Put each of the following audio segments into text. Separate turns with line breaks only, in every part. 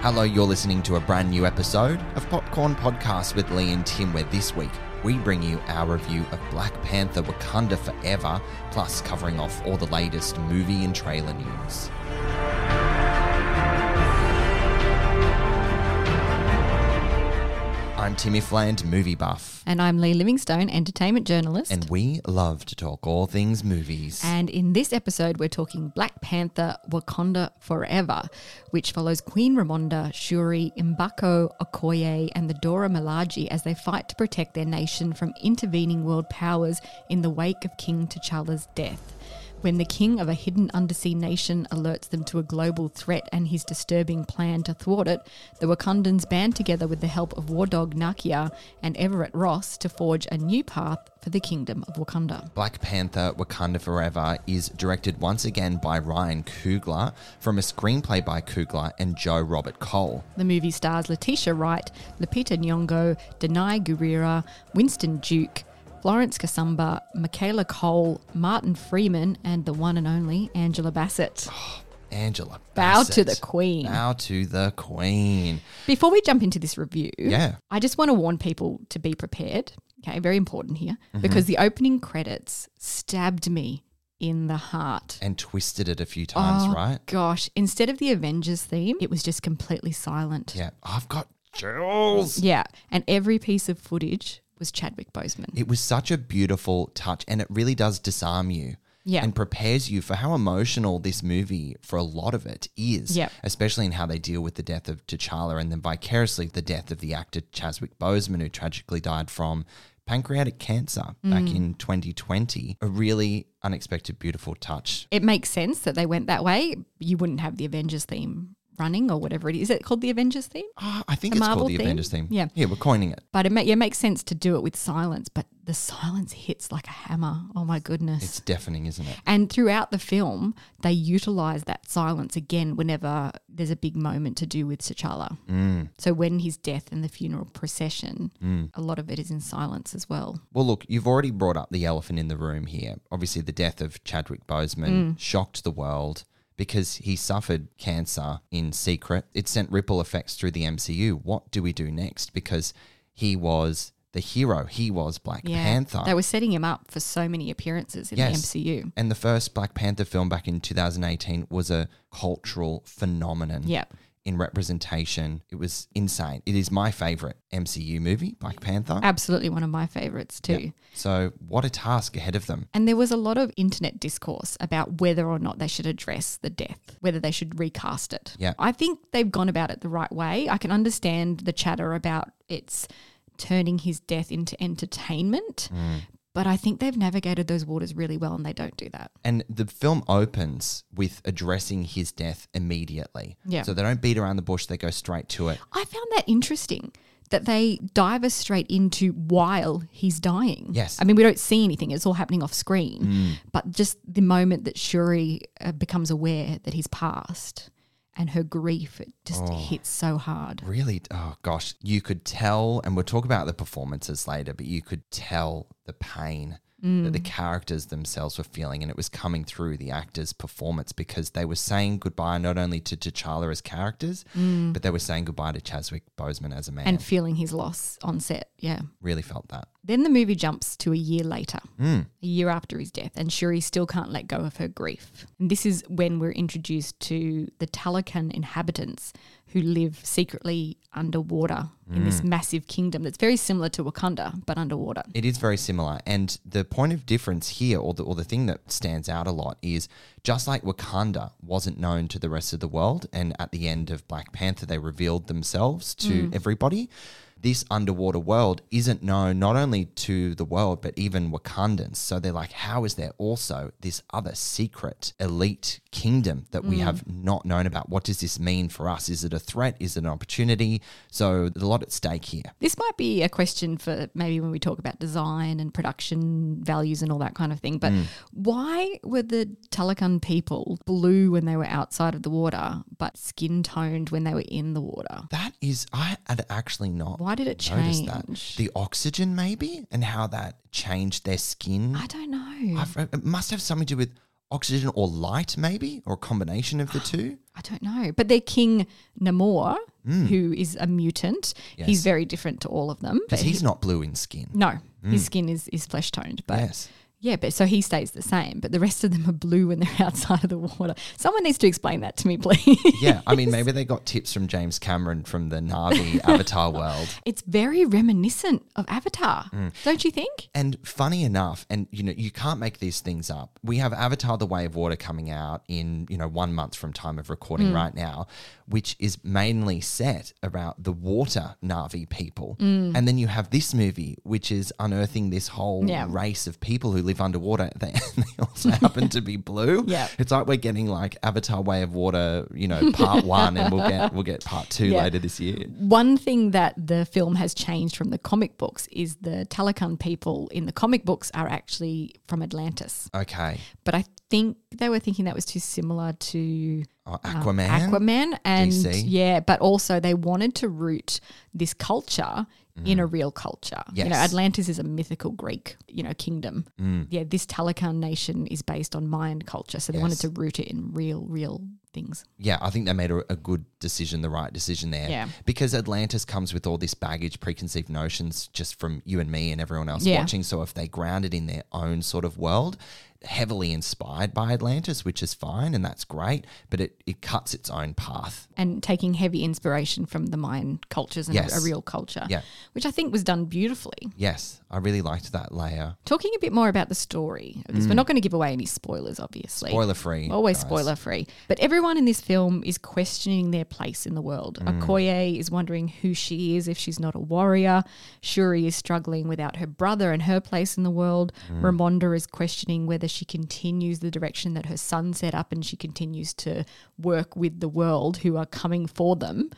Hello, you're listening to a brand new episode of Popcorn Podcast with Lee and Tim, where this week we bring you our review of Black Panther Wakanda Forever, plus covering off all the latest movie and trailer news. I'm Timmy Fland, movie buff,
And I'm Lee Livingstone, entertainment journalist.
and we love to talk all things movies.
And in this episode, we're talking Black Panther Wakanda Forever, which follows Queen Ramonda, Shuri, Mbako, Okoye, and the Dora Milaje as they fight to protect their nation from intervening world powers in the wake of King T'Challa's death. When the king of a hidden undersea nation alerts them to a global threat and his disturbing plan to thwart it, the Wakandans band together with the help of war dog Nakia and Everett Ross to forge a new path for the kingdom of Wakanda.
Black Panther Wakanda Forever is directed once again by Ryan Coogler from a screenplay by Coogler and Joe Robert Cole.
The movie stars Letitia Wright, Lupita Nyong'o, Denai Guerrera, Winston Duke, Florence Kasumba, Michaela Cole, Martin Freeman, and the one and only Angela Bassett.
Angela.
Bow to
Bassett.
the Queen.
Bow to the Queen.
Before we jump into this review,
Yeah.
I just want to warn people to be prepared. Okay, very important here
Mm-hmm.
because the opening credits stabbed me in the heart.
And twisted it a few times,
oh,
right?
Gosh, instead of the Avengers theme, it was just completely silent.
Yeah. I've got chills.
Yeah, and every piece of footage was Chadwick Boseman.
It was such a beautiful touch and it really does disarm you.
Yeah.
And prepares you for how emotional this movie, for a lot of it, is.
Yep.
Especially in how they deal with the death of T'Challa and then vicariously the death of the actor Chadwick Boseman, who tragically died from pancreatic cancer
Mm.
back in 2020. A really unexpected, beautiful touch.
it makes sense that they went that way. You wouldn't have the Avengers theme running or whatever it is. Is it called the Avengers theme?
Ah, I think
The
it's
Marvel
called the
theme?
Avengers theme.
Yeah.
Yeah, we're coining it.
But it, ma- yeah, it makes sense to do it with silence, but the silence hits like a hammer. Oh my goodness.
It's deafening, isn't it?
and throughout the film, they utilize that silence again whenever there's a big moment to do with T'Challa.
Mm.
So when his death and the funeral procession, a lot of it is in silence as well.
Well, look, you've already brought up the elephant in the room here. Obviously, the death of Chadwick Boseman
Mm.
shocked the world because he suffered cancer in secret. It sent ripple effects through the MCU. What do we do next? Because he was the hero, he was Black Panther.
They were setting him up for so many appearances in the MCU.
And the first Black Panther film back in 2018 was a cultural phenomenon.
Yep.
In representation, it was insane. It is my favorite MCU movie, Black Panther.
Absolutely one of my favorites too.
So, what a task ahead of them.
And there was a lot of internet discourse about whether or not they should address the death, whether they should recast it.
Yeah.
I think they've gone about it the right way. I can understand the chatter about it's turning his death into entertainment, but I think they've navigated those waters really well and they don't do that.
And the film opens with addressing his death immediately.
Yeah.
So they don't beat around the bush, they go straight to it.
I found that interesting that they dive us straight into while he's dying.
Yes.
I mean, we don't see anything, it's all happening off screen. But just the moment that Shuri uh, becomes aware that he's passed and her grief, it just hits so hard.
really oh gosh you could tell and we'll talk about the performances later but you could tell the pain that
Mm.
the characters themselves were feeling and it was coming through the actors performance because they were saying goodbye not only to T'Challa as characters but they were saying goodbye to Chadwick Boseman as a man
Mm. And feeling his loss on set. Yeah.
really felt that
Then the movie jumps to a year later,
Hmm.
a year after his death, and Shuri still can't let go of her grief. And this is when we're introduced to the Talakan inhabitants who live secretly underwater in this
Hmm.
massive kingdom that's very similar to Wakanda, but underwater.
It is very similar. And the point of difference here, or the, or the thing that stands out a lot, is just like Wakanda wasn't known to the rest of the world, and at the end of Black Panther, they revealed themselves to everybody. This underwater world isn't known not only to the world, but even Wakandans. So they're like, how is there also this other secret elite kingdom that we have not known about? What does this mean for us? Is it a threat? Is it an opportunity? So there's a lot at stake here.
This might be a question for maybe when we talk about design and production values and all that kind of thing,
Hmm.
but why were the Talakan people blue when they were outside of the water, but skin toned when they were in the water?
That is, I had actually not.
Why did it
noticed That.
change?
The oxygen, maybe, and how that changed their skin.
I don't know.
I've- it must have something to do with oxygen or light, maybe, or a combination of the two.
I don't know. But their king Namor, who is a mutant, he's
Hmm. Yes.
very different to all of them. But
Because he's not blue in skin.
no, his skin is is flesh toned. But
Hmm. Yes.
yeah, but so he stays the same. But the rest of them are blue when they're outside of the water. Someone needs to explain that to me, please.
Yeah, I mean, maybe they got tips from James Cameron from the Navi Avatar world.
It's very reminiscent of Avatar,
Hmm.
don't you think?
And funny enough, and you know, you can't make these things up. We have Avatar: The Way of Water coming out in you know one month from time of recording
Hmm.
right now, which is mainly set about the water Navi people.
Hmm.
And then you have this movie, which is unearthing this whole
Yeah.
race of people who live underwater. They, they also happen to be blue.
Yeah.
it's like we're getting like Avatar: Way of Water, you know, part one, and we'll get we'll get part two
Yeah.
later this year.
One thing that the film has changed from the comic books is the Talakan people in the comic books are actually from Atlantis.
Okay,
but I think they were thinking that was too similar to
Oh,
um,
Aquaman.
Aquaman and
DC.
yeah, but also they wanted to root this culture in a real culture. You know,
Mm. Yes. Mm.
Atlantis is a mythical Greek, you know, kingdom. Yeah, this Talakan nation is based on Mayan culture, so they wanted
Yes.
to root it in real, real things.
yeah, I think they made a, a good decision, the right decision there.
Yeah.
Because Atlantis comes with all this baggage, preconceived notions just from you and me and everyone else
Yeah.
watching. So if they ground it in their own sort of world, heavily inspired by Atlantis, which is fine and that's great, but it, it cuts its own path.
and taking heavy inspiration from the Mayan cultures and a-
Yes.
a real culture,
Yeah.
which I think was done beautifully.
Yes, I really liked that layer.
Talking a bit more about the story, because we're not going to give away any spoilers, obviously.
Spoiler free.
Always
guys.
spoiler free. But everyone in this film is questioning their place in the world. Okoye is wondering who she is if she's not a warrior. Shuri is struggling without her brother and her place in the world. Ramonda is questioning whether she continues the direction that her son set up and she continues to work with the world who are coming for them.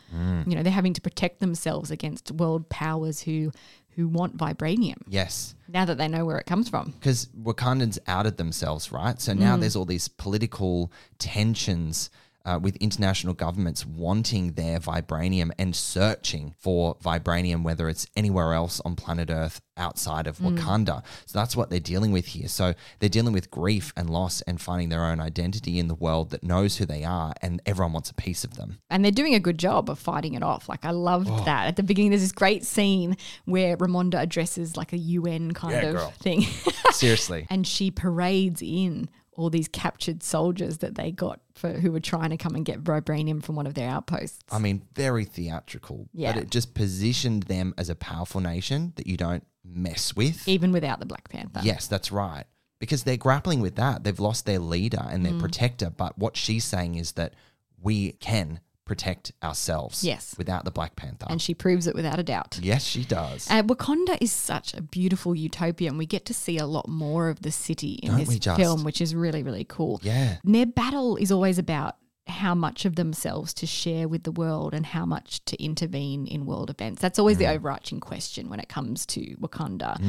You know, they're having to protect themselves against world powers who who want vibranium
Yes.
now that they know where it comes from.
because Wakandans outed themselves, right? So now
Mm.
there's all these political tensions uh, with international governments wanting their vibranium and searching for vibranium, whether it's anywhere else on planet Earth outside of
Mm.
Wakanda. So that's what they're dealing with here. So they're dealing with grief and loss and finding their own identity in the world that knows who they are and everyone wants a piece of them.
and they're doing a good job of fighting it off. Like I loved
Oh.
that at the beginning. There's this great scene where Ramonda addresses like a UN kind
Yeah,
of
girl.
thing,
Seriously.
and she parades in all these captured soldiers that they got for who were trying to come and get vibranium from one of their outposts.
I mean, very theatrical.
Yeah.
But it just positioned them as a powerful nation that you don't mess with.
even without the Black Panther.
Yes, that's right. Because they're grappling with that. They've lost their leader and
Mm.
their protector. But what she's saying is that we can protect ourselves.
Yes.
Without the Black Panther.
And she proves it without a doubt.
yes, she does.
Uh, Wakanda is such a beautiful utopia, and we get to see a lot more of the city in
Don't
this
we just?
film, which is really, really cool.
Yeah.
And their battle is always about how much of themselves to share with the world and how much to intervene in world events. That's always the overarching question when it comes to Wakanda.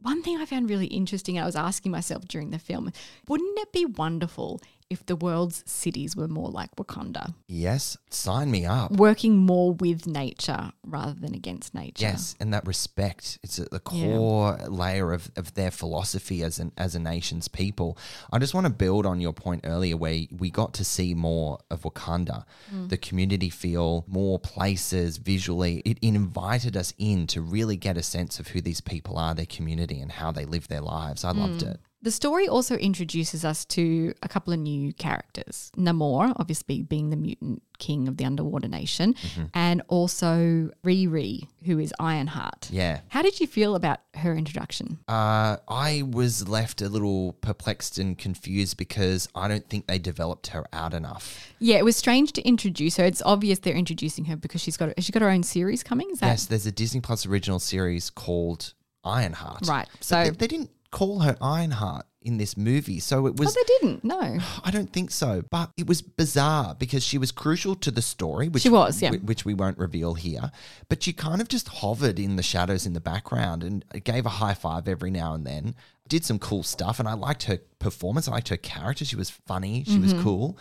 One thing I found really interesting, I was asking myself during the film, wouldn't it be wonderful if the world's cities were more like Wakanda,
Yes, sign me up.
working more with nature rather than against nature?
Yes, and that respect. It's at the core layer of, of their philosophy as an as a nation's people. I just want to build on your point earlier where we got to see more of Wakanda. The community feel, more places visually. It invited us in to really get a sense of who these people are, their community and how they live their lives. I loved it.
The story also introduces us to a couple of new characters. Namor, obviously being the mutant king of the underwater nation,
Mm-hmm.
and also Riri, who is Ironheart.
Yeah.
How did you feel about her introduction?
Uh, I was left a little perplexed and confused because I don't think they developed her out enough.
Yeah, it was strange to introduce her. It's obvious they're introducing her because she's got has she got her own series coming. Is that
Yes, there's a Disney Plus original series called Ironheart.
Right,
But
so-
they, they didn't call her Ironheart in this movie, so it
Oh,
was.
they didn't. No.
I don't think so, but it was bizarre because she was crucial to the story, which
She was, yeah.
whi- which we won't reveal here. But she kind of just hovered in the shadows in the background and gave a high five every now and then. Did some cool stuff, and I liked her performance. I liked her character. She was funny. She
Mm-hmm.
was cool.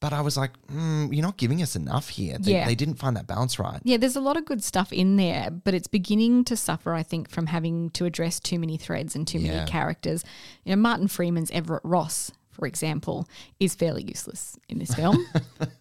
But I was like, mm, you're not giving us enough here. They,
Yeah.
they didn't find that balance right.
Yeah, there's a lot of good stuff in there, but it's beginning to suffer, I think, from having to address too many threads and too
Yeah.
many characters. You know, Martin Freeman's Everett Ross, for example, is fairly useless in this film.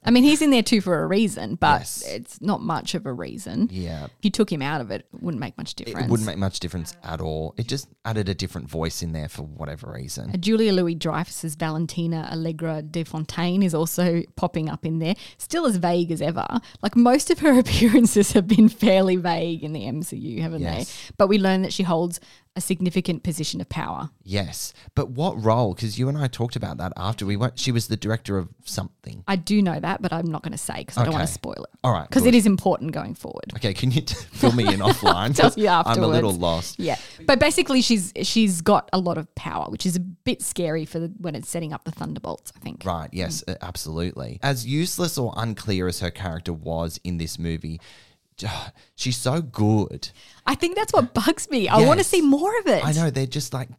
I mean, he's in there too for a reason, but
Yes.
it's not much of a reason.
yeah.
If you took him out of it, it wouldn't make much difference.
It wouldn't make much difference at all. It just added a different voice in there for whatever reason.
Julia Louis Dreyfus's Valentina Allegra de Fontaine is also popping up in there, still as vague as ever. Like most of her appearances have been fairly vague in the MCU, haven't
Yes.
they? But we learn that she holds a significant position of power.
Yes, but what role? Because you and I talked about that after we went. She was the director of something.
I do know that, but I'm not going to say because I don't want
Okay.
to spoil it.
All right,
because
good.
it is important going forward.
Okay, can you t- fill me in offline?
Tell
'Cause
you
I'm a little
afterwards.
lost.
Yeah, but basically, she's she's got a lot of power, which is a bit scary for the, when it's setting up the Thunderbolts. I think.
Right, yes,
Mm.
uh, absolutely. As useless or unclear as her character was in this movie, she's so good.
I think that's what bugs me. I want to
Yes.
see more of it.
I know they're just like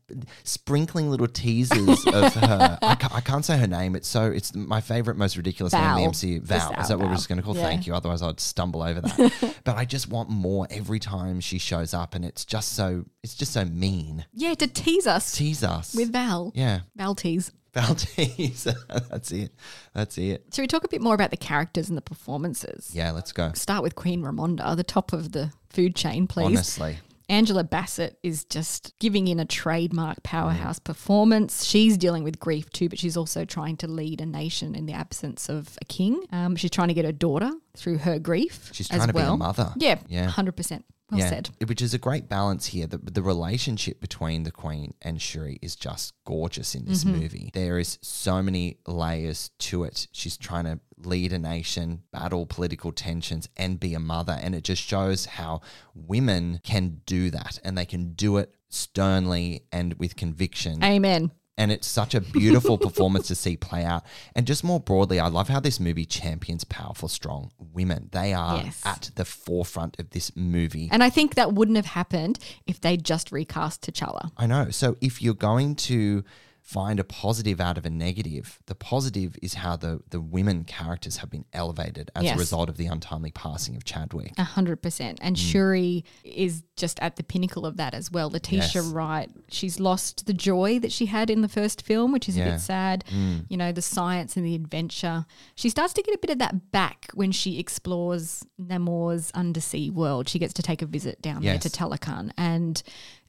sprinkling little teasers of her. I, ca- I can't say her name. It's so it's my favorite, most ridiculous name
Val.
in the MCU.
Just
Val.
Val,
Is that what we're
Val.
just going to call?
Yeah.
Thank you. Otherwise, I'd stumble over that. but I just want more every time she shows up, and it's just so it's just so mean.
Yeah, to tease us
Tease us
with Val.
Yeah,
Val tease.
Val tease. That's it. That's it.
Shall we talk a bit more about the characters and the performances?
Yeah, let's go.
Start with Queen Ramonda, the top of the food chain, please.
Honestly,
Angela Bassett is just giving in a trademark powerhouse
Mm.
performance. She's dealing with grief too, but she's also trying to lead a nation in the absence of a king. Um, she's trying to get her daughter through her grief.
She's
as
trying to be a
well.
mother.
Yeah,
Yeah.
100%. Well
yeah,
said.
which is a great balance here. The, the relationship between the Queen and Shuri is just gorgeous in this
Mm-hmm.
movie. There is so many layers to it. She's trying to lead a nation, battle political tensions, and be a mother, and it just shows how women can do that, and they can do it sternly and with conviction
Amen.
and it's such a beautiful performance to see play out. And just more broadly, I love how this movie champions powerful, strong women. They are
Yes.
at the forefront of this movie.
And I think that wouldn't have happened if they'd just recast T'Challa.
I know. So if you're going to find a positive out of a negative, the positive is how the, the women characters have been elevated as
Yes.
a result of the untimely passing of Chadwick.
A hundred percent.
Mm.
And Shuri is just at the pinnacle of that as well. Letitia
Yes.
Wright, she's lost the joy that she had in the first film, which is a
Yeah. Mm.
bit sad. You know, the science and the adventure. She starts to get a bit of that back when she explores Namor's undersea world. She gets to take a visit down
Yes.
there to Talokan and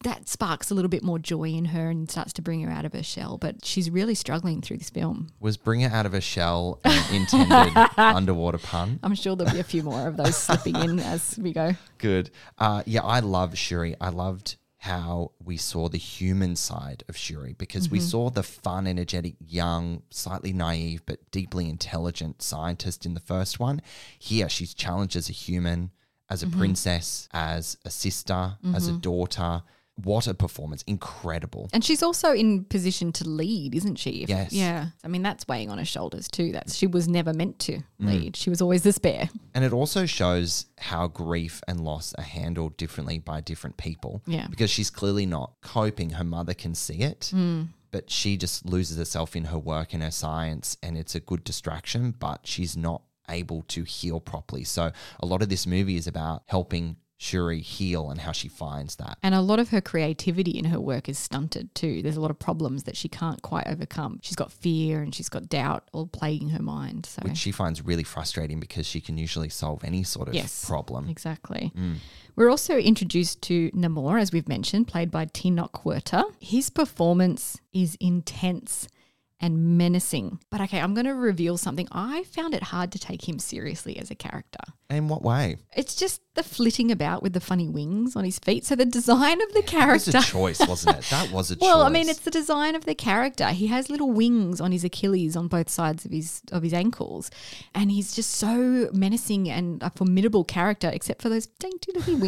that sparks a little bit more joy in her and starts to bring her out of her shell. But she's really struggling through this film.
Was bring her out of a shell an intended underwater pun?
I'm sure there'll be a few more of those slipping in as we go.
Good. Uh, yeah, I love Shuri. I loved how we saw the human side of Shuri because we saw the fun, energetic, young, slightly naive, but deeply intelligent scientist in the first one. Here, she's challenged as a human, as a princess, as a sister, as a daughter. What a performance. Incredible.
And she's also in position to lead, isn't she? If-
Yes.
Yeah. I mean, that's weighing on her shoulders too. That's she was never meant to
Mm.
lead. She was always the spare.
And it also shows how grief and loss are handled differently by different people.
Yeah.
Because she's clearly not coping. Her mother can see it,
Hmm.
but she just loses herself in her work and her science, and it's a good distraction, but she's not able to heal properly. So a lot of this movie is about helping Shuri heal and how she finds that.
And a lot of her creativity in her work is stunted too. There's a lot of problems that she can't quite overcome. She's got fear and she's got doubt all plaguing her mind. So
Which she finds really frustrating because she can usually solve any sort of
Yes.
problem. Mm.
Exactly. We're also introduced to Namor, as we've mentioned, played by Tinoch Huerta. His performance is intense and menacing. But okay, I'm going to reveal something. I found it hard to take him seriously as a character.
In what way?
It's just the flitting about with the funny wings on his feet. So the design of the
That was
character.
a choice, wasn't it? That was a choice.
Well, I mean, it's the design of the character. He has little wings on his Achilles on both sides of his of his ankles, and he's just so menacing and a formidable character, except for those dainty little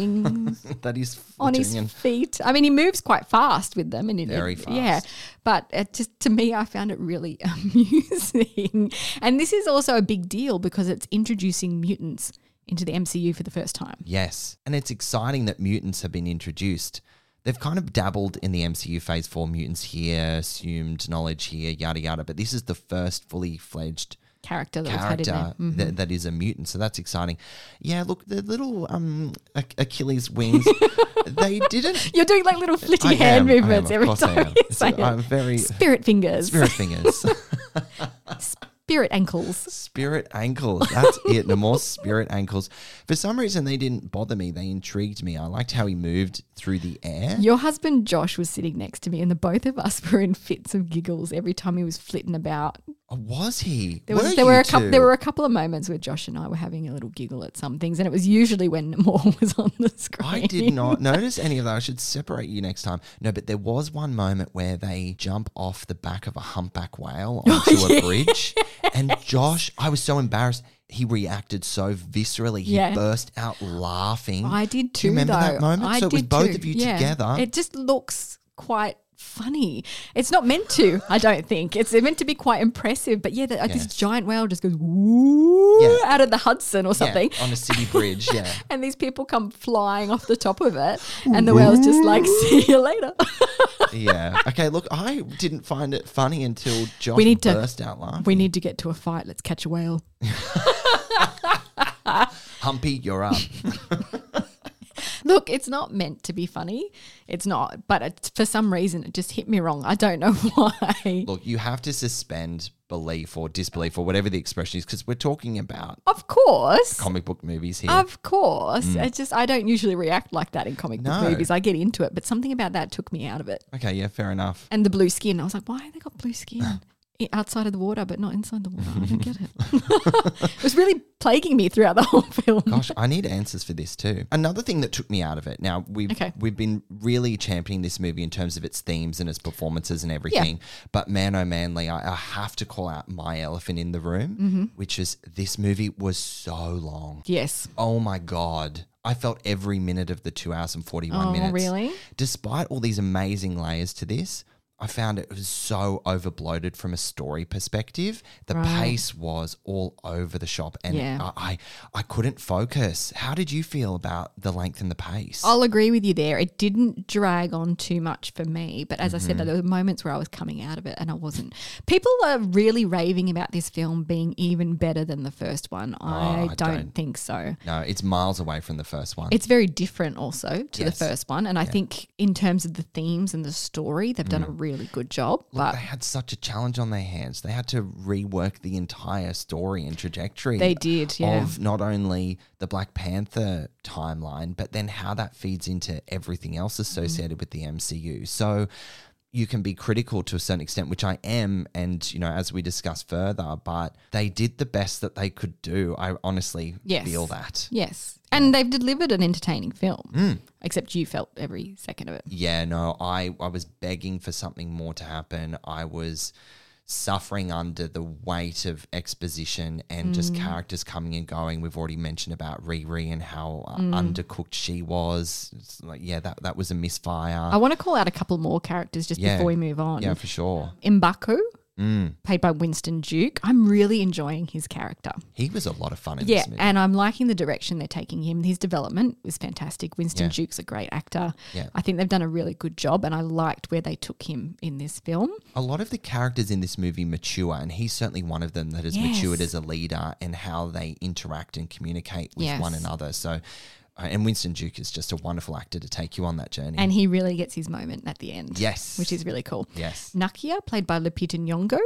wings
that is
on his
flittering and-
feet. I mean, he moves quite fast with them, and it,
Very
it- Yeah,
fast.
but it just to me, I found it really amusing. And this is also a big deal because it's introducing mutants into the MCU for the first time.
Yes. And it's exciting that mutants have been introduced. They've kind of dabbled in the MCU phase four mutants here, assumed knowledge here, yada yada. But this is the first fully fledged
Character that we've had in
character
there. Mhm.
that, that is a mutant. So that's exciting. Yeah, look, the little um, Ach- Achilles wings, they didn't.
You're doing like little flitty
I
hand
am, I am,
movements
of
every
course I
time
am.
you say it.
I'm very-
spirit fingers,
Spirit
spirit,
fingers.
ankles.
Spirit ankles. That's it. No more spirit ankles. For some reason, they didn't bother me. They intrigued me. I liked how he moved through the air.
Your husband Josh was sitting next to me, and the both of us were in fits of giggles every time he was flitting about.
Oh, Was he?
There was
Were
there were
you
a couple
two?
there were a couple of moments where Josh and I were having a little giggle at some things, and it was usually when Moore was on the screen.
I did not notice any of that. I should separate you next time. No, but there was one moment where they jump off the back of a humpback whale
Oh,
onto a bridge. And Josh, I was so embarrassed. He reacted so viscerally. He
Yeah.
burst out laughing.
I did
Do
too.
you remember
though.
that moment?
I
so it was
did
both
too.
of you
Yeah.
together.
It just looks quite funny. It's not meant to, I don't think. It's meant to be quite impressive. But yeah, the, like
Yes.
this giant whale just goes woo
Yeah.
out of the Hudson or
Yeah,
something.
on a city bridge. Yeah.
And these people come flying off the top of it, and the whale's just like, "See you later."
yeah. Okay, look, I didn't find it funny until Josh
we need to
burst out laughing.
We need to get to a fight. Let's catch a whale.
Humpy, you're up.
Look, it's not meant to be funny. It's not, but it, for some reason, it just hit me wrong. I don't know why.
look, you have to suspend belief or disbelief or whatever the expression is because we're talking about
Of course,
comic book movies here.
Of course. It's just I don't usually react like that in comic
No.
book movies. I get into it, but something about that took me out of it.
okay, yeah, fair enough.
And the blue skin, I was like, why have they got blue skin i- outside of the water but not inside the water? I don't get it. it was really plaguing me throughout the whole film.
Gosh, I need answers for this too. Another thing that took me out of it. Now we've
Okay.
we've been really championing this movie in terms of its themes and its performances and everything. But man, oh man, Lee, I, I have to call out my elephant in the room, which is this movie was so long.
Yes.
Oh my god. I felt every minute of the two hours and forty one
Oh,
minutes.
really?
Despite all these amazing layers to this, I found it was so over bloated from a story perspective. The pace was all over the shop, and
Yeah.
I, I I couldn't focus. How did you feel about the length and the pace?
I'll agree with you there. It didn't drag on too much for me, but as I said, there were moments where I was coming out of it and I wasn't. People are really raving about this film being even better than the first one. I,
I
don't,
don't-
think so.
no, it's miles away from the first one.
It's very different also to
Yes.
the first one. And I think in terms of the themes and the story, they've done a really good job.
Mm. Look,
But
they had such a challenge on their hands. They had to rework the entire story and trajectory.
They did, yeah.
Of not only the Black Panther timeline, but then how that feeds into everything
Mm-hmm.
else associated with the MCU. So you can be critical to a certain extent, which I am, and you know, as we discuss further, but they did the best that they could do. I honestly
Yes.
feel that.
yes. And they've delivered an entertaining film.
Mm.
Except you felt every second of it.
yeah, no, I, I was begging for something more to happen. I was suffering under the weight of exposition and just
Mm.
characters coming and going. We've already mentioned about Riri and how uh,
Mm.
undercooked she was. It's like, yeah, that, that was a misfire.
I want to call out a couple more characters just
Yeah.
before we move on.
Yeah, for sure. Mm.
Mbaku, played by Winston Duke. I'm really enjoying his character.
He was a lot of fun in
Yeah,
this movie.
and I'm liking the direction they're taking him. His development was fantastic. Winston
Yeah.
Duke's a great actor.
Yeah.
I think they've done a really good job, and I liked where they took him in this film.
a lot of the characters in this movie mature, and he's certainly one of them that has
Yes.
matured as a leader and how they interact and communicate with
Yes.
one another. So, uh, and Winston Duke is just a wonderful actor to take you on that journey.
And he really gets his moment at the end.
Yes.
Which is really cool.
Yes. Mm.
Nakia, played by Lupita Nyongo,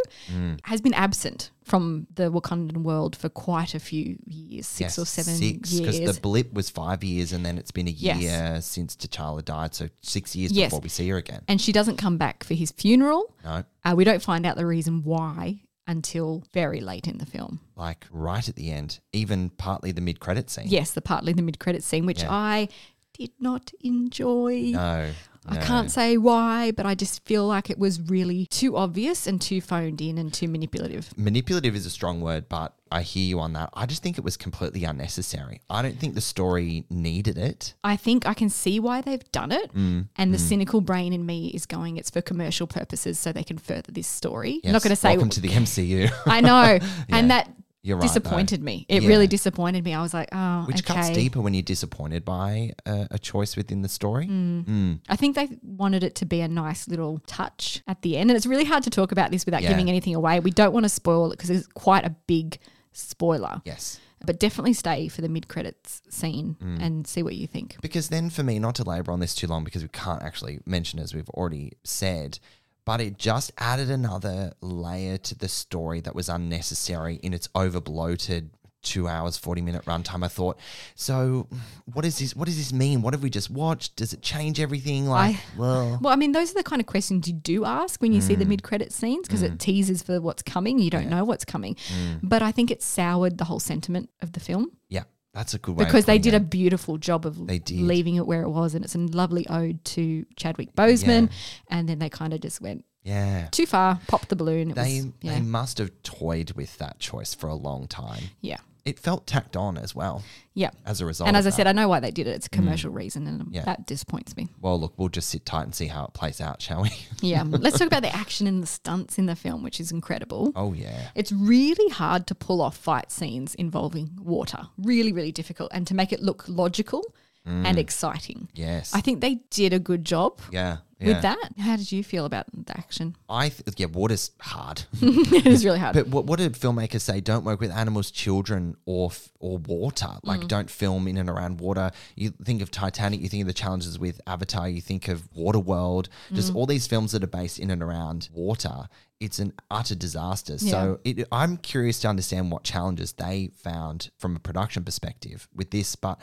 has been absent from the Wakandan world for quite a few years, six
Yes,
or seven
six,
years.
Because the blip was five years, and then it's been a year
Yes.
since T'Challa died. So six years
Yes.
before we see her again.
and she doesn't come back for his funeral.
No,
Uh, we don't find out the reason why until very late in the film.
like right at the end, even partly the mid credit scene.
Yes, the partly the mid credit scene, which
Yeah.
I did not enjoy.
No.
I
no.
can't say why, but I just feel like it was really too obvious and too phoned in and too manipulative.
manipulative is a strong word, but I hear you on that. I just think it was completely unnecessary. I don't think the story needed it.
I think I can see why they've done it.
Mm,
And the cynical brain in me is going, it's for commercial purposes so they can further this story. I'm not
Yes,
going to say.
welcome to the MCU,
I know. And that
You're right, though.
disappointed me. It
Yeah.
really disappointed me. I was like, oh,
which
okay.
cuts deeper when you're disappointed by a, a choice within the story.
Mm. I think they wanted it to be a nice little touch at the end. And it's really hard to talk about this without
Yeah.
giving anything away. We don't want to spoil it because it's quite a big spoiler.
Yes.
But definitely stay for the mid credits scene
Mm.
and see what you think.
Because then, for me, not to labor on this too long, because we can't actually mention, as we've already said, but it just added another layer to the story that was unnecessary in its over bloated two hours, 40 minute runtime. I thought, so what is this? What does this mean? What have we just watched? Does it change everything? Like,
I-
well,
Well, I mean, those are the kind of questions you do ask when you see
Mm.
the mid credit scenes because it teases for what's coming. You don't know what's coming.
Mm.
But I think it soured the whole sentiment of the film
yeah, that's a good way. of
because they
putting
did
it.
a beautiful job of
They did.
leaving it where it was. And it's a lovely ode to Chadwick Boseman. And then they kind of just went
Yeah.
too far, popped the balloon. It
They,
was, yeah.
they must have toyed with that choice for a long time.
yeah.
It felt tacked on as well
Yeah.
as a result.
And as
of
I
that.
said, I know why they did it. It's a commercial reason. And
Yeah.
that disappoints me.
well, look, we'll just sit tight and see how it plays out, shall we?
Yeah. Let's talk about the action and the stunts in the film, which is incredible.
oh, yeah.
It's really hard to pull off fight scenes involving water. Really, really difficult. And to make it look logical and exciting.
Mm. Yes.
I think they did a good job
yeah. yeah.
with that. How did you feel about the action?
I th- yeah, water's hard.
it was really hard.
but what, what did filmmakers say? Don't work with animals, children, or f- or water. Like,
Mm.
don't film in and around water. You think of Titanic, you think of the challenges with Avatar, you think of Waterworld,
Mm.
just all these films that are based in and around water. It's an utter disaster. So it, I'm curious to understand what challenges they found from a production perspective with this, but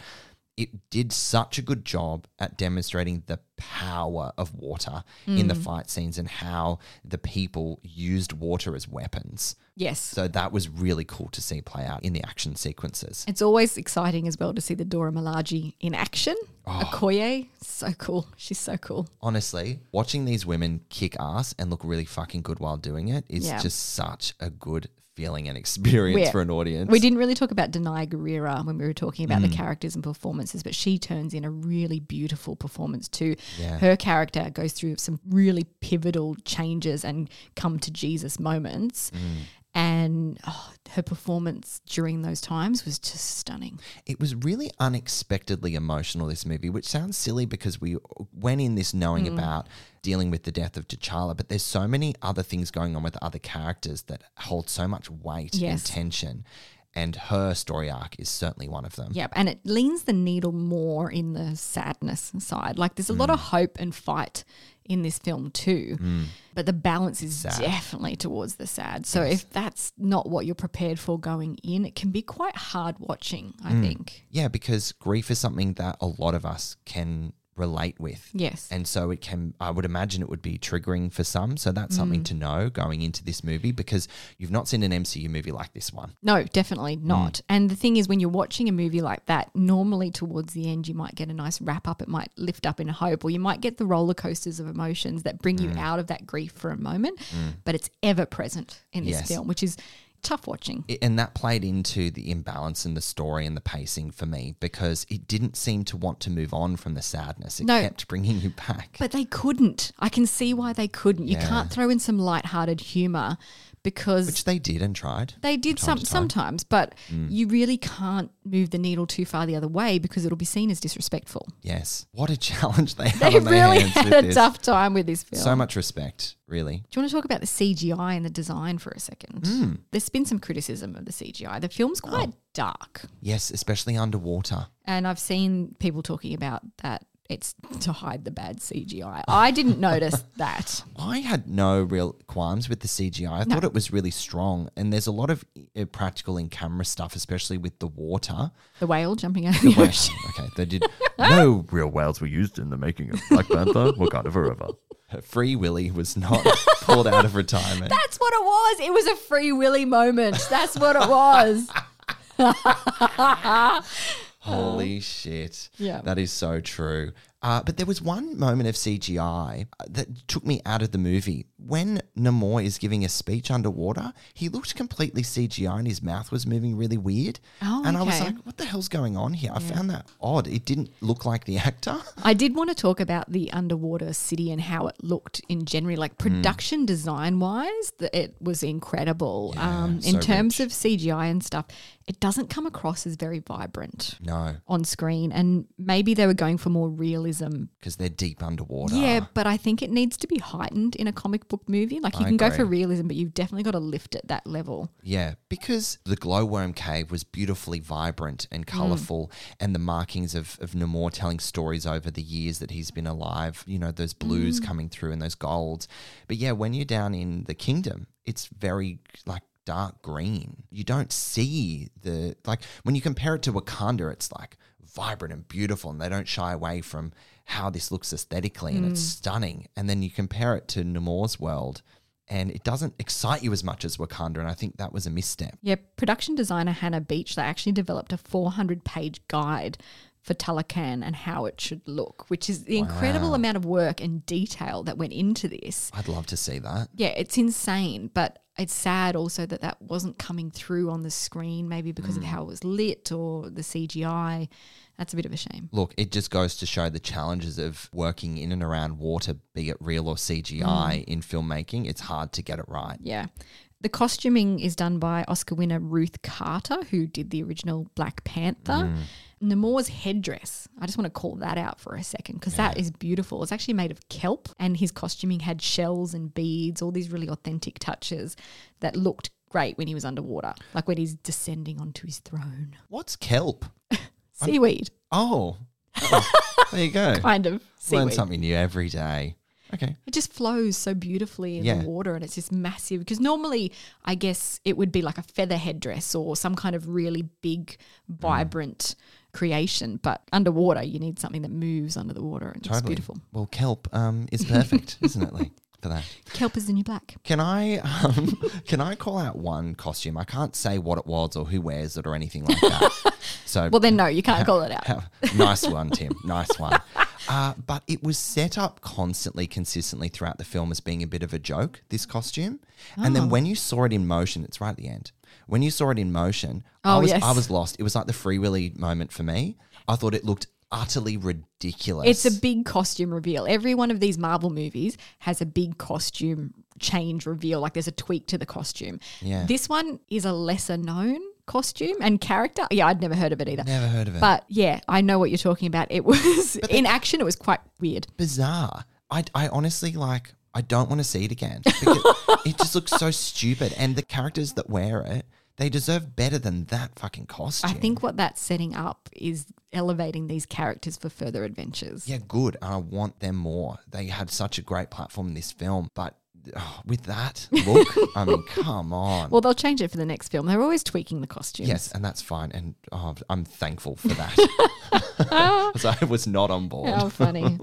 it did such a good job at demonstrating the power of water in
Mm.
the fight scenes and how the people used water as weapons.
yes.
So that was really cool to see play out in the action sequences.
it's always exciting as well to see the Dora Milaje in action.
Oh.
Okoye, so cool. She's so cool.
Honestly, watching these women kick ass and look really fucking good while doing it is
Yeah.
just such a good feeling and experience
We're-
for an audience.
We didn't really talk about Denai Guerrera when we were talking about the characters and performances, but she turns in a really beautiful performance too. Her character goes through some really pivotal changes and come to Jesus moments. And oh, her performance during those times was just stunning.
it was really unexpectedly emotional this movie which sounds silly because we went in this knowing
Mm.
about dealing with the death of T'Challa but there's so many other things going on with other characters that hold so much weight
Yes.
and tension and her story arc is certainly one of them
Yep. And it leans the needle more in the sadness side. Like there's a lot of hope and fight in this film too. But the balance is definitely towards the sad. So if that's not what you're prepared for going in, it can be quite hard watching, I think.
yeah because grief is something that a lot of us can relate with.
Yes.
And so it can, I would imagine it would be triggering for some. So that's
Mm.
something to know going into this movie because you've not seen an MCU movie like this one.
No, definitely not. And the thing is, when you're watching a movie like that, normally towards the end, you might get a nice wrap up. It might lift up in hope, or you might get the roller coasters of emotions that bring you out of that grief for a moment. But it's ever present in this
Yes.
film, which is tough watching.
It- and that played into the imbalance in the story and the pacing for me because it didn't seem to want to move on from the sadness. It
No.
kept bringing you back.
But they couldn't. I can see why they couldn't. You can't throw in some light-hearted humor because
which they did and tried.
They did some sometimes, but
Mm.
you really can't move the needle too far the other way because it'll be seen as disrespectful.
Yes. What a challenge they had.
They
on their
really
hands
had
with
a
Oh, this.
tough time with this film.
So much respect, really.
Do you want to talk about the CGI and the design for a second?
Mm.
There's been some criticism of the CGI. The
Oh.
film's quite dark,
Yes, especially underwater.
and I've seen people talking about that it's to hide the bad CGI. I didn't notice that.
I had no real qualms with the CGI. I thought it was really strong, and there's a lot of uh, practical in camera stuff, especially with the water.
The whale jumping out of the
Where-
ocean.
okay, they did no
Real whales were used in the making of Black Panther, Wakanda Forever.
Free Willy was not pulled out of retirement.
That's what it was. It was a free willy moment. That's what it was.
Holy shit.
Yeah.
That is so true. Uh, but there was one moment of CGI uh, that took me out of the movie. When Namor is giving a speech underwater, he looked completely CGI and his mouth was moving really weird.
Oh,
and I was
okay.
like, what the hell's going on here? I found that odd. It didn't look like the actor.
I did want to talk about the underwater city and how it looked in general, like
Hmm.
production design wise, th- it was incredible. um, in
so
terms
rich.
of CGI and stuff, it doesn't come across as very vibrant
No,
on screen, and maybe they were going for more realism.
because they're deep underwater.
Yeah, but I think it needs to be heightened in a comic book movie. Like you
I
can go
agree.
for realism, but you've definitely got to lift it that level.
Yeah, because the glowworm cave was beautifully vibrant and colourful, and the markings of, of Namor telling stories over the years that he's been alive, you know, those blues coming through and those golds. But yeah, when you're down in the kingdom, it's very like dark green. You don't see the, like, when you compare it to Wakanda, it's like vibrant and beautiful, and they don't shy away from how this looks aesthetically, and it's stunning. And then you compare it to Namor's world and it doesn't excite you as much as Wakanda. And I think that was a misstep.
Yeah, production designer Hannah Beach, they actually developed a 400 page guide for Talakan and how it should look, which is the incredible amount of work and detail that went into this.
I'd love to see that.
Yeah, it's insane, but it's sad also that that wasn't coming through on the screen, maybe because of how it was lit or the CGI. That's a bit of a shame.
Look, it just goes to show the challenges of working in and around water, be it real or CGI in filmmaking. It's hard to get it right.
Mm. Yeah. The costuming is done by Oscar winner Ruth Carter, who did the original Black Panther. Namor's headdress, I just want to call that out for a second because that is beautiful. It's actually made of kelp, and his costuming had shells and beads, all these really authentic touches that looked great when he was underwater, like when he's descending onto his throne.
What's kelp?
Seaweed,
Oh, Oh, there you go.
kind of.
Learn
Seaweed.
something new every day. Okay.
It just flows so beautifully in
Yeah.
the water and it's just massive. Because normally, I guess it would be like a feather headdress or some kind of really big,
Mm.
vibrant creation. But underwater, you need something that moves under the water and it's
Totally.
beautiful.
Well, kelp um, is perfect, isn't it, Lee, for that?
Kelp is the new black.
Can I um, can I call out one costume? I can't say what it was or who wears it or anything like that. So
Well, then, no, you can't call it out.
nice one, Tim. Nice one. Uh, but it was set up constantly, consistently throughout the film as being a bit of a joke, this costume. And
Oh.
then when you saw it in motion, it's right at the end. When you saw it in motion, I,
Oh,
was,
yes.
I was lost. It was like the Free Willy moment for me. I thought it looked utterly ridiculous.
It's a big costume reveal. Every one of these Marvel movies has a big costume change reveal. Like there's a tweak to the costume.
Yeah.
This one is a lesser known costume and character. Yeah, I'd never heard of it either.
Never heard of it.
But yeah, I know what you're talking about. It was in action. It was quite weird.
bizarre. I, I honestly like. I don't want to see it again. Because it just looks so stupid, and the characters that wear it, they deserve better than that fucking costume.
I think what that's setting up is elevating these characters for further adventures.
Yeah, good. And I want them more. They had such a great platform in this film, but oh, with that look, I mean, come on.
Well, they'll change it for the next film. They're always tweaking the costumes.
yes, and that's fine. And oh, I'm thankful for that. 'Cause I was not on board.
How funny.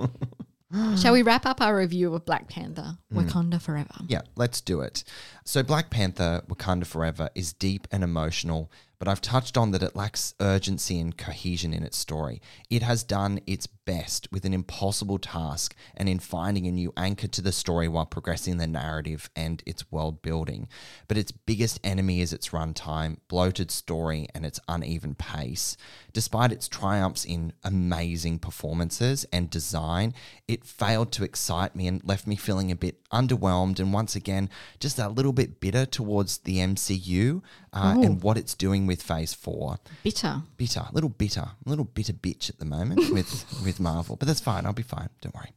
Shall we wrap up our review of Black Panther, Wakanda Forever?
Yeah, let's do it. So, Black Panther Wakanda Forever is deep and emotional, but I've touched on that it lacks urgency and cohesion in its story. It has done its best with an impossible task and in finding a new anchor to the story while progressing the narrative and its world building. But its biggest enemy is its runtime, bloated story, and its uneven pace. Despite its triumphs in amazing performances and design, it failed to excite me and left me feeling a bit underwhelmed and once again just a little bit bitter towards the MCU uh, and what it's doing with Phase 4.
Bitter.
Bitter, a little bitter, a little bitter bitch at the moment with, with Marvel, but that's fine. I'll be fine. Don't worry.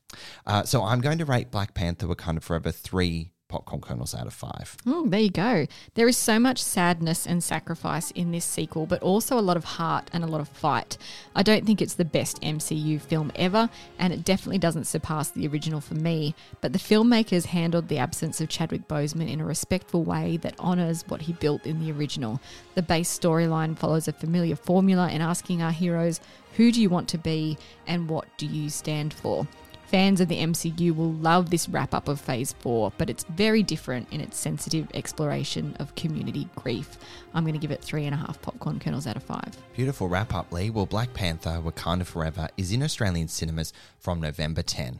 Uh, so I'm going to rate Black Panther Wakanda Forever three popcorn kernels out of five.
Mm, there you go. There is so much sadness and sacrifice in this sequel, but also a lot of heart and a lot of fight. I don't think it's the best MCU film ever, and it definitely doesn't surpass the original for me. But the filmmakers handled the absence of Chadwick Boseman in a respectful way that honours what he built in the original. The base storyline follows a familiar formula in asking our heroes, who do you want to be and what do you stand for? Fans of the MCU will love this wrap up of Phase 4, but it's very different in its sensitive exploration of community grief. I'm going to give it three and a half popcorn kernels out of five.
Beautiful wrap up, Lee. Well, Black Panther Wakanda Forever is in Australian cinemas from November 10.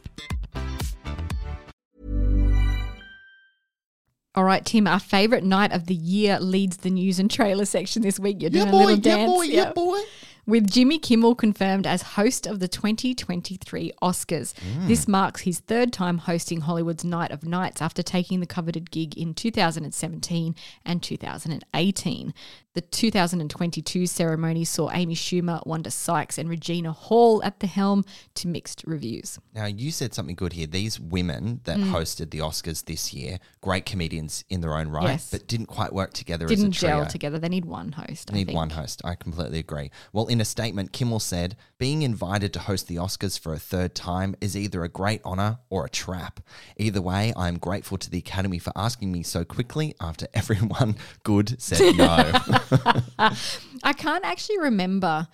All right, Tim, our favourite night of the year leads the news and trailer section this week. You're doing a little dance. Yep. With Jimmy Kimmel confirmed as host of the 2023 Oscars.
Mm.
This marks his third time hosting Hollywood's Night of Nights after taking the coveted gig in 2017 and 2018. The 2022 ceremony saw Amy Schumer, Wanda Sykes, and Regina Hall at the helm to mixed reviews.
Now, you said something good here. These women that
Mm.
hosted the Oscars this year, great comedians in their own right,
Yes.
but didn't quite work together as
Didn't
a trio.
gel together. They need one host. I
Need
think.
one host. I completely agree. Well, in a statement, Kimmel said, being invited to host the Oscars for a third time is either a great honor or a trap. Either way, I am grateful to the Academy for asking me so quickly after everyone good said no.
I can't actually remember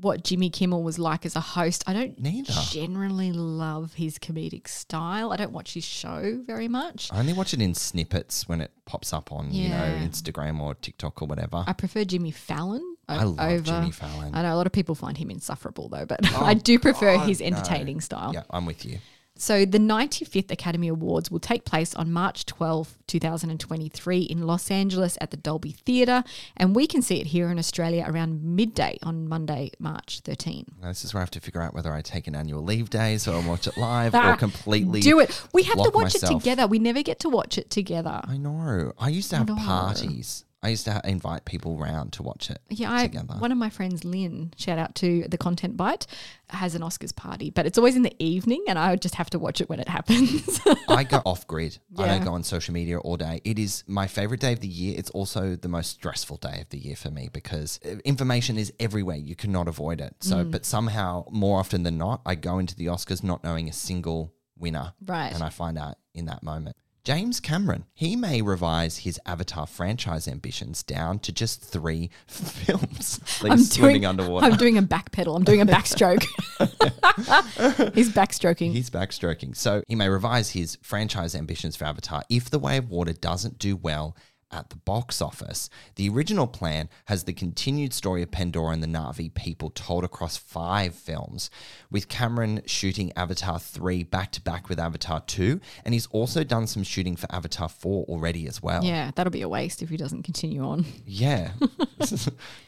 what Jimmy Kimmel was like as a host. I don't
Neither.
generally love his comedic style. I don't watch his show very much.
I only watch it in snippets when it pops up on, you
Yeah.
know, Instagram or TikTok or whatever.
I prefer Jimmy Fallon. o-
I love
over,
Jimmy Fallon. Oh,
I know a lot of people find him insufferable though, but I do prefer his entertaining style.
yeah, I'm with you.
So the 95th Academy Awards will take place on March 12, 2023 in Los Angeles at the Dolby Theatre and we can see it here in Australia around midday on Monday, March 13.
Now, this is where I have to figure out whether I take an annual leave day so I watch it live or completely
Ah, do it. We have to
block
watch
myself.
it together. We never get to watch it together.
I know. I used to have parties. I used to ha- invite people round to watch it
Yeah, I,
together.
one of my friends, Lynn, shout out to the Content Bite, has an Oscars party, but it's always in the evening, and I would just have to watch it when it happens.
I go off grid. I
Yeah.
don't go on social media all day. It is my favorite day of the year. It's also the most stressful day of the year for me because uh, information is everywhere. You cannot avoid it. So,
Mm.
but somehow, more often than not, I go into the Oscars not knowing a single winner.
Right.
And I find out in that moment. James Cameron, he may revise his Avatar franchise ambitions down to just three films. Like swimming underwater.
I'm doing a backpedal. I'm doing a backstroke. He's backstroking.
He's backstroking. So he may revise his franchise ambitions for Avatar if The Way of Water doesn't do well at the box office. The original plan has the continued story of Pandora and the Na'vi people told across five films, with Cameron shooting Avatar 3 back to back with Avatar 2. And he's also done some shooting for Avatar 4 already as well.
yeah, that'll be a waste if he doesn't continue on.
Yeah. Can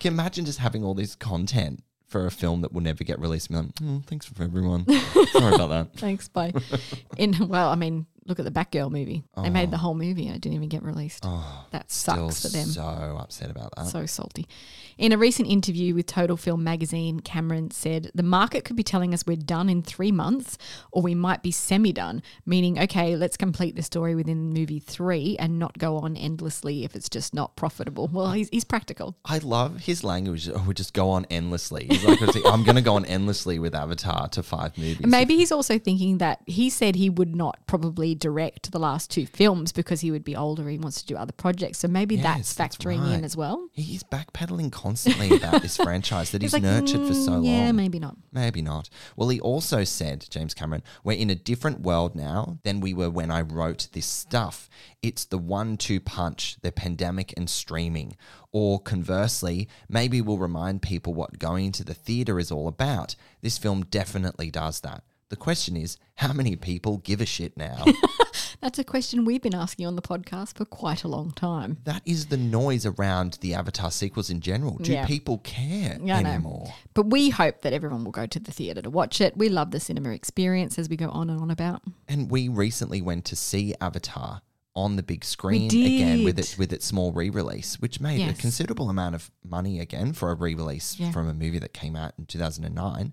you imagine just having all this content for a film that will never get released? And be like, "Mm, thanks for everyone. Sorry about that.
Thanks, bye. In well, I mean, look at the Batgirl movie. They made the whole movie and it didn't even get released. that sucks for
Oh. Still
them.
So upset about that.
So salty. In a recent interview with Total Film magazine, Cameron said, The market could be telling us we're done in three months, or we might be semi done, meaning, okay, let's complete the story within movie three and not go on endlessly if it's just not profitable. Well, he's, he's practical.
I love his language. Oh, we just go on endlessly. He's like, I'm going to go on endlessly with Avatar to five movies.
And maybe he's also thinking that he said he would not probably direct the last two films because he would be older. He wants to do other projects. So maybe
Yes,
that's factoring
right.
in as well.
He's backpedaling constantly about this franchise that he's,
like,
nurtured for so
"Mm,
long.
Yeah, maybe not.
Maybe not. Well, he also said, James Cameron, we're in a different world now than we were when I wrote this stuff. It's the one two punch, the pandemic and streaming. Or conversely, maybe we'll remind people what going to the theatre is all about. This film definitely does that. The question is, how many people give a shit now?
That's a question we've been asking on the podcast for quite a long time.
that is the noise around the Avatar sequels in general. Do
Yeah.
people care
Yeah, I know.
anymore?
But we hope that everyone will go to the theatre to watch it. We love the cinema experience as we go on and on about.
And we recently went to see Avatar on the big screen
did.
again with its with its small re-release, which made
Yes.
a considerable amount of money again for a re-release
Yeah.
from a movie that came out in 2009.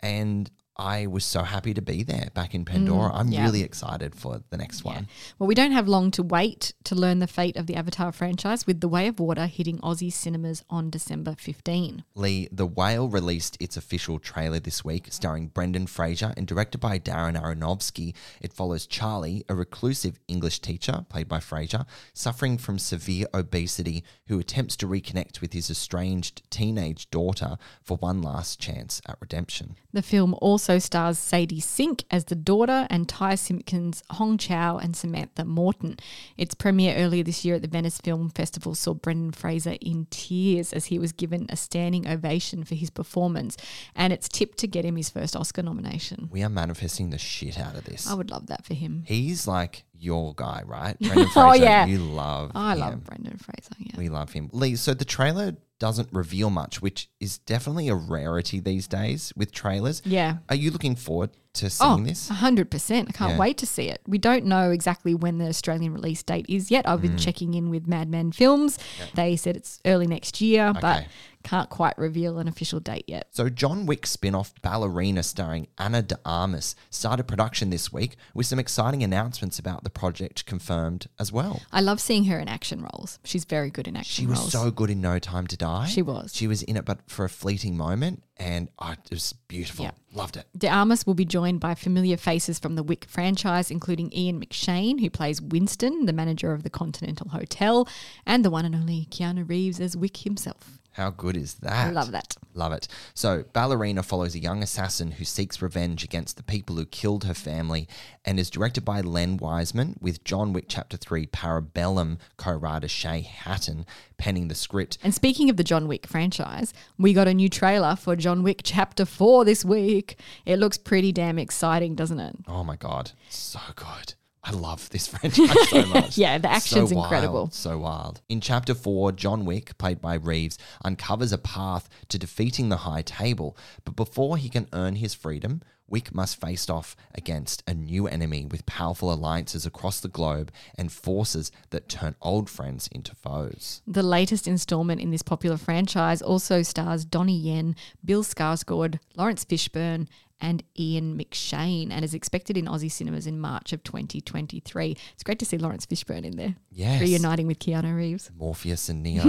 And I was so happy to be there back in Pandora. I'm
Mm, yeah.
really excited for the next one.
Well, we don't have long to wait to learn the fate of the Avatar franchise with The Way of Water hitting Aussie cinemas on December 15.
Lee, The Whale released its official trailer this week, starring Brendan Fraser and directed by Darren Aronofsky. It follows Charlie, a reclusive English teacher, played by Fraser, suffering from severe obesity, who attempts to reconnect with his estranged teenage daughter for one last chance at redemption.
The film also stars Sadie Sink as the daughter and Ty Simpkins, Hong Chow, and Samantha Morton. Its premiere earlier this year at the Venice Film Festival saw Brendan Fraser in tears as he was given a standing ovation for his performance, and it's tipped to get him his first Oscar nomination.
We are manifesting the shit out of this.
I would love that for him.
He's like your guy, right? Brendan Fraser.
Oh, yeah.
You love
I
him.
love Brendan Fraser. Yeah.
We love him. Lee, so the trailer doesn't reveal much, which is definitely a rarity these days with trailers.
Yeah.
Are you looking forward to
Oh,
seeing this?
100%. I can't
Yeah.
wait to see it. We don't know exactly when the Australian release date is yet. I've been
Mm.
checking in with Madman Films. They said it's early next year, but
Okay.
can't quite reveal an official date yet.
So, John Wick spin off Ballerina, starring Anna de Armas, started production this week with some exciting announcements about the project confirmed as well.
I love seeing her in action roles. She's very good in action
She was
roles.
so good in No Time to Die.
She was.
She was in it, but for a fleeting moment, and oh, it was beautiful.
Yeah.
Loved it.
De Armas will be joined by familiar faces from the Wick franchise, including Ian McShane, who plays Winston, the manager of the Continental Hotel, and the one and only Keanu Reeves as Wick himself.
How good is that?
I love that.
Love it. So, Ballerina follows a young assassin who seeks revenge against the people who killed her family and is directed by Len Wiseman with John Wick Chapter 3 Parabellum co writer Shay Hatton penning the script.
And speaking of the John Wick franchise, we got a new trailer for John Wick Chapter 4 this week. It looks pretty damn exciting, doesn't it?
Oh my God, so good. I love this franchise so much.
Yeah, the action's
wild,
incredible.
so wild. In chapter four, John Wick, played by Reeves, uncovers a path to defeating the High Table. But before he can earn his freedom, Wick must face off against a new enemy with powerful alliances across the globe and forces that turn old friends into foes.
The latest installment in this popular franchise also stars Donnie Yen, Bill Skarsgård, Lawrence Fishburne, and Ian McShane, and is expected in Aussie cinemas in March of 2023. It's great to see Lawrence Fishburne in there,
Yes.
reuniting with Keanu Reeves.
Morpheus and Neo.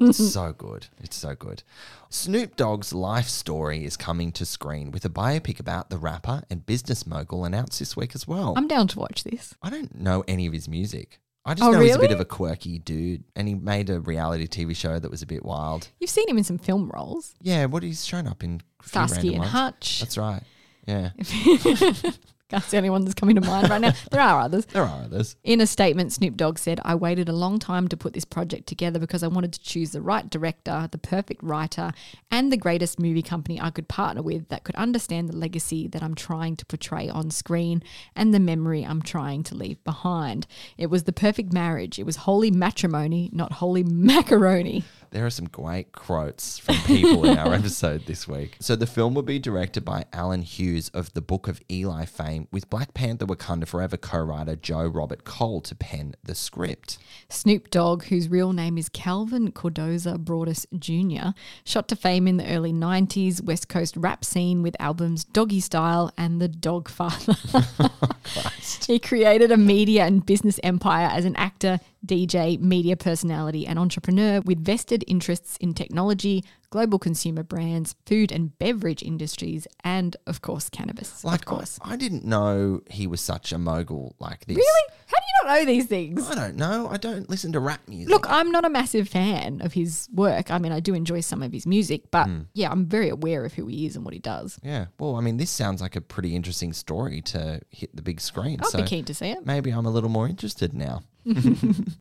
it's so good. It's so good. Snoop Dogg's life story is coming to screen with a biopic about the rapper and business mogul announced this week as well.
I'm down to watch this.
I don't know any of his music. I just
Oh,
know he's a bit
really?
of a quirky dude and he made a reality TV show that was a bit wild.
You've seen him in some film roles.
Yeah, what he's shown up in a few
Starsky
random
and
ones.
Hutch.
That's right. Yeah.
That's the only one that's coming to mind right now. There are others.
There are others.
In a statement, Snoop Dogg said, I waited a long time to put this project together because I wanted to choose the right director, the perfect writer, and the greatest movie company I could partner with that could understand the legacy that I'm trying to portray on screen and the memory I'm trying to leave behind. It was the perfect marriage. It was holy matrimony, not holy macaroni.
There are some great quotes from people in our episode this week. So the film will be directed by Alan Hughes of the Book of Eli fame, with Black Panther Wakanda Forever co-writer Joe Robert Cole to pen the script.
Snoop Dogg, whose real name is Calvin Cordoza Broadus Jr., shot to fame in the early 90s West Coast rap scene with albums Doggy Style and The Dog Father. he created a media and business empire as an actor, DJ, media personality, and entrepreneur with vested interests in technology, global consumer brands, food and beverage industries, and, of course, cannabis.
Like,
of course.
I didn't know he was such a mogul like this.
Really? How do you not know these things?
I don't know. I don't listen to rap music.
Look, I'm not a massive fan of his work. I mean, I do enjoy some of his music, but yeah, I'm very aware of who he is and what he does.
Yeah. Well, I mean, this sounds like a pretty interesting story to hit the big screen.
I'll
so
be keen to see it.
maybe I'm a little more interested now.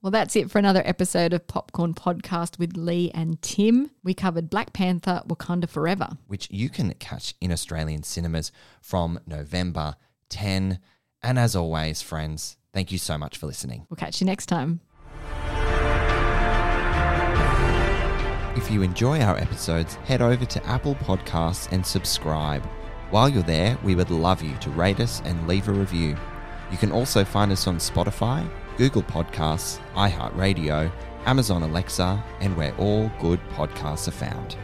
Well, that's it for another episode of Popcorn Podcast with Lee and Tim. We covered Black Panther, Wakanda Forever.
which you can catch in Australian cinemas from November 10. And as always, friends, thank you so much for listening.
We'll catch you next time.
If you enjoy our episodes, head over to Apple Podcasts and subscribe. While you're there, we would love you to rate us and leave a review. You can also find us on Spotify, Google Podcasts, iHeartRadio, Amazon Alexa, and where all good podcasts are found.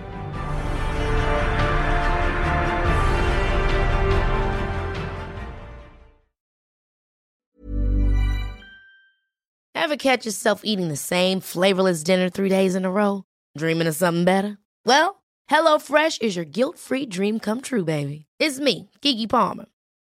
Ever catch yourself eating the same flavorless dinner three days in a row? Dreaming of something better? Well, HelloFresh is your guilt free dream come true, baby. It's me, Gigi Palmer.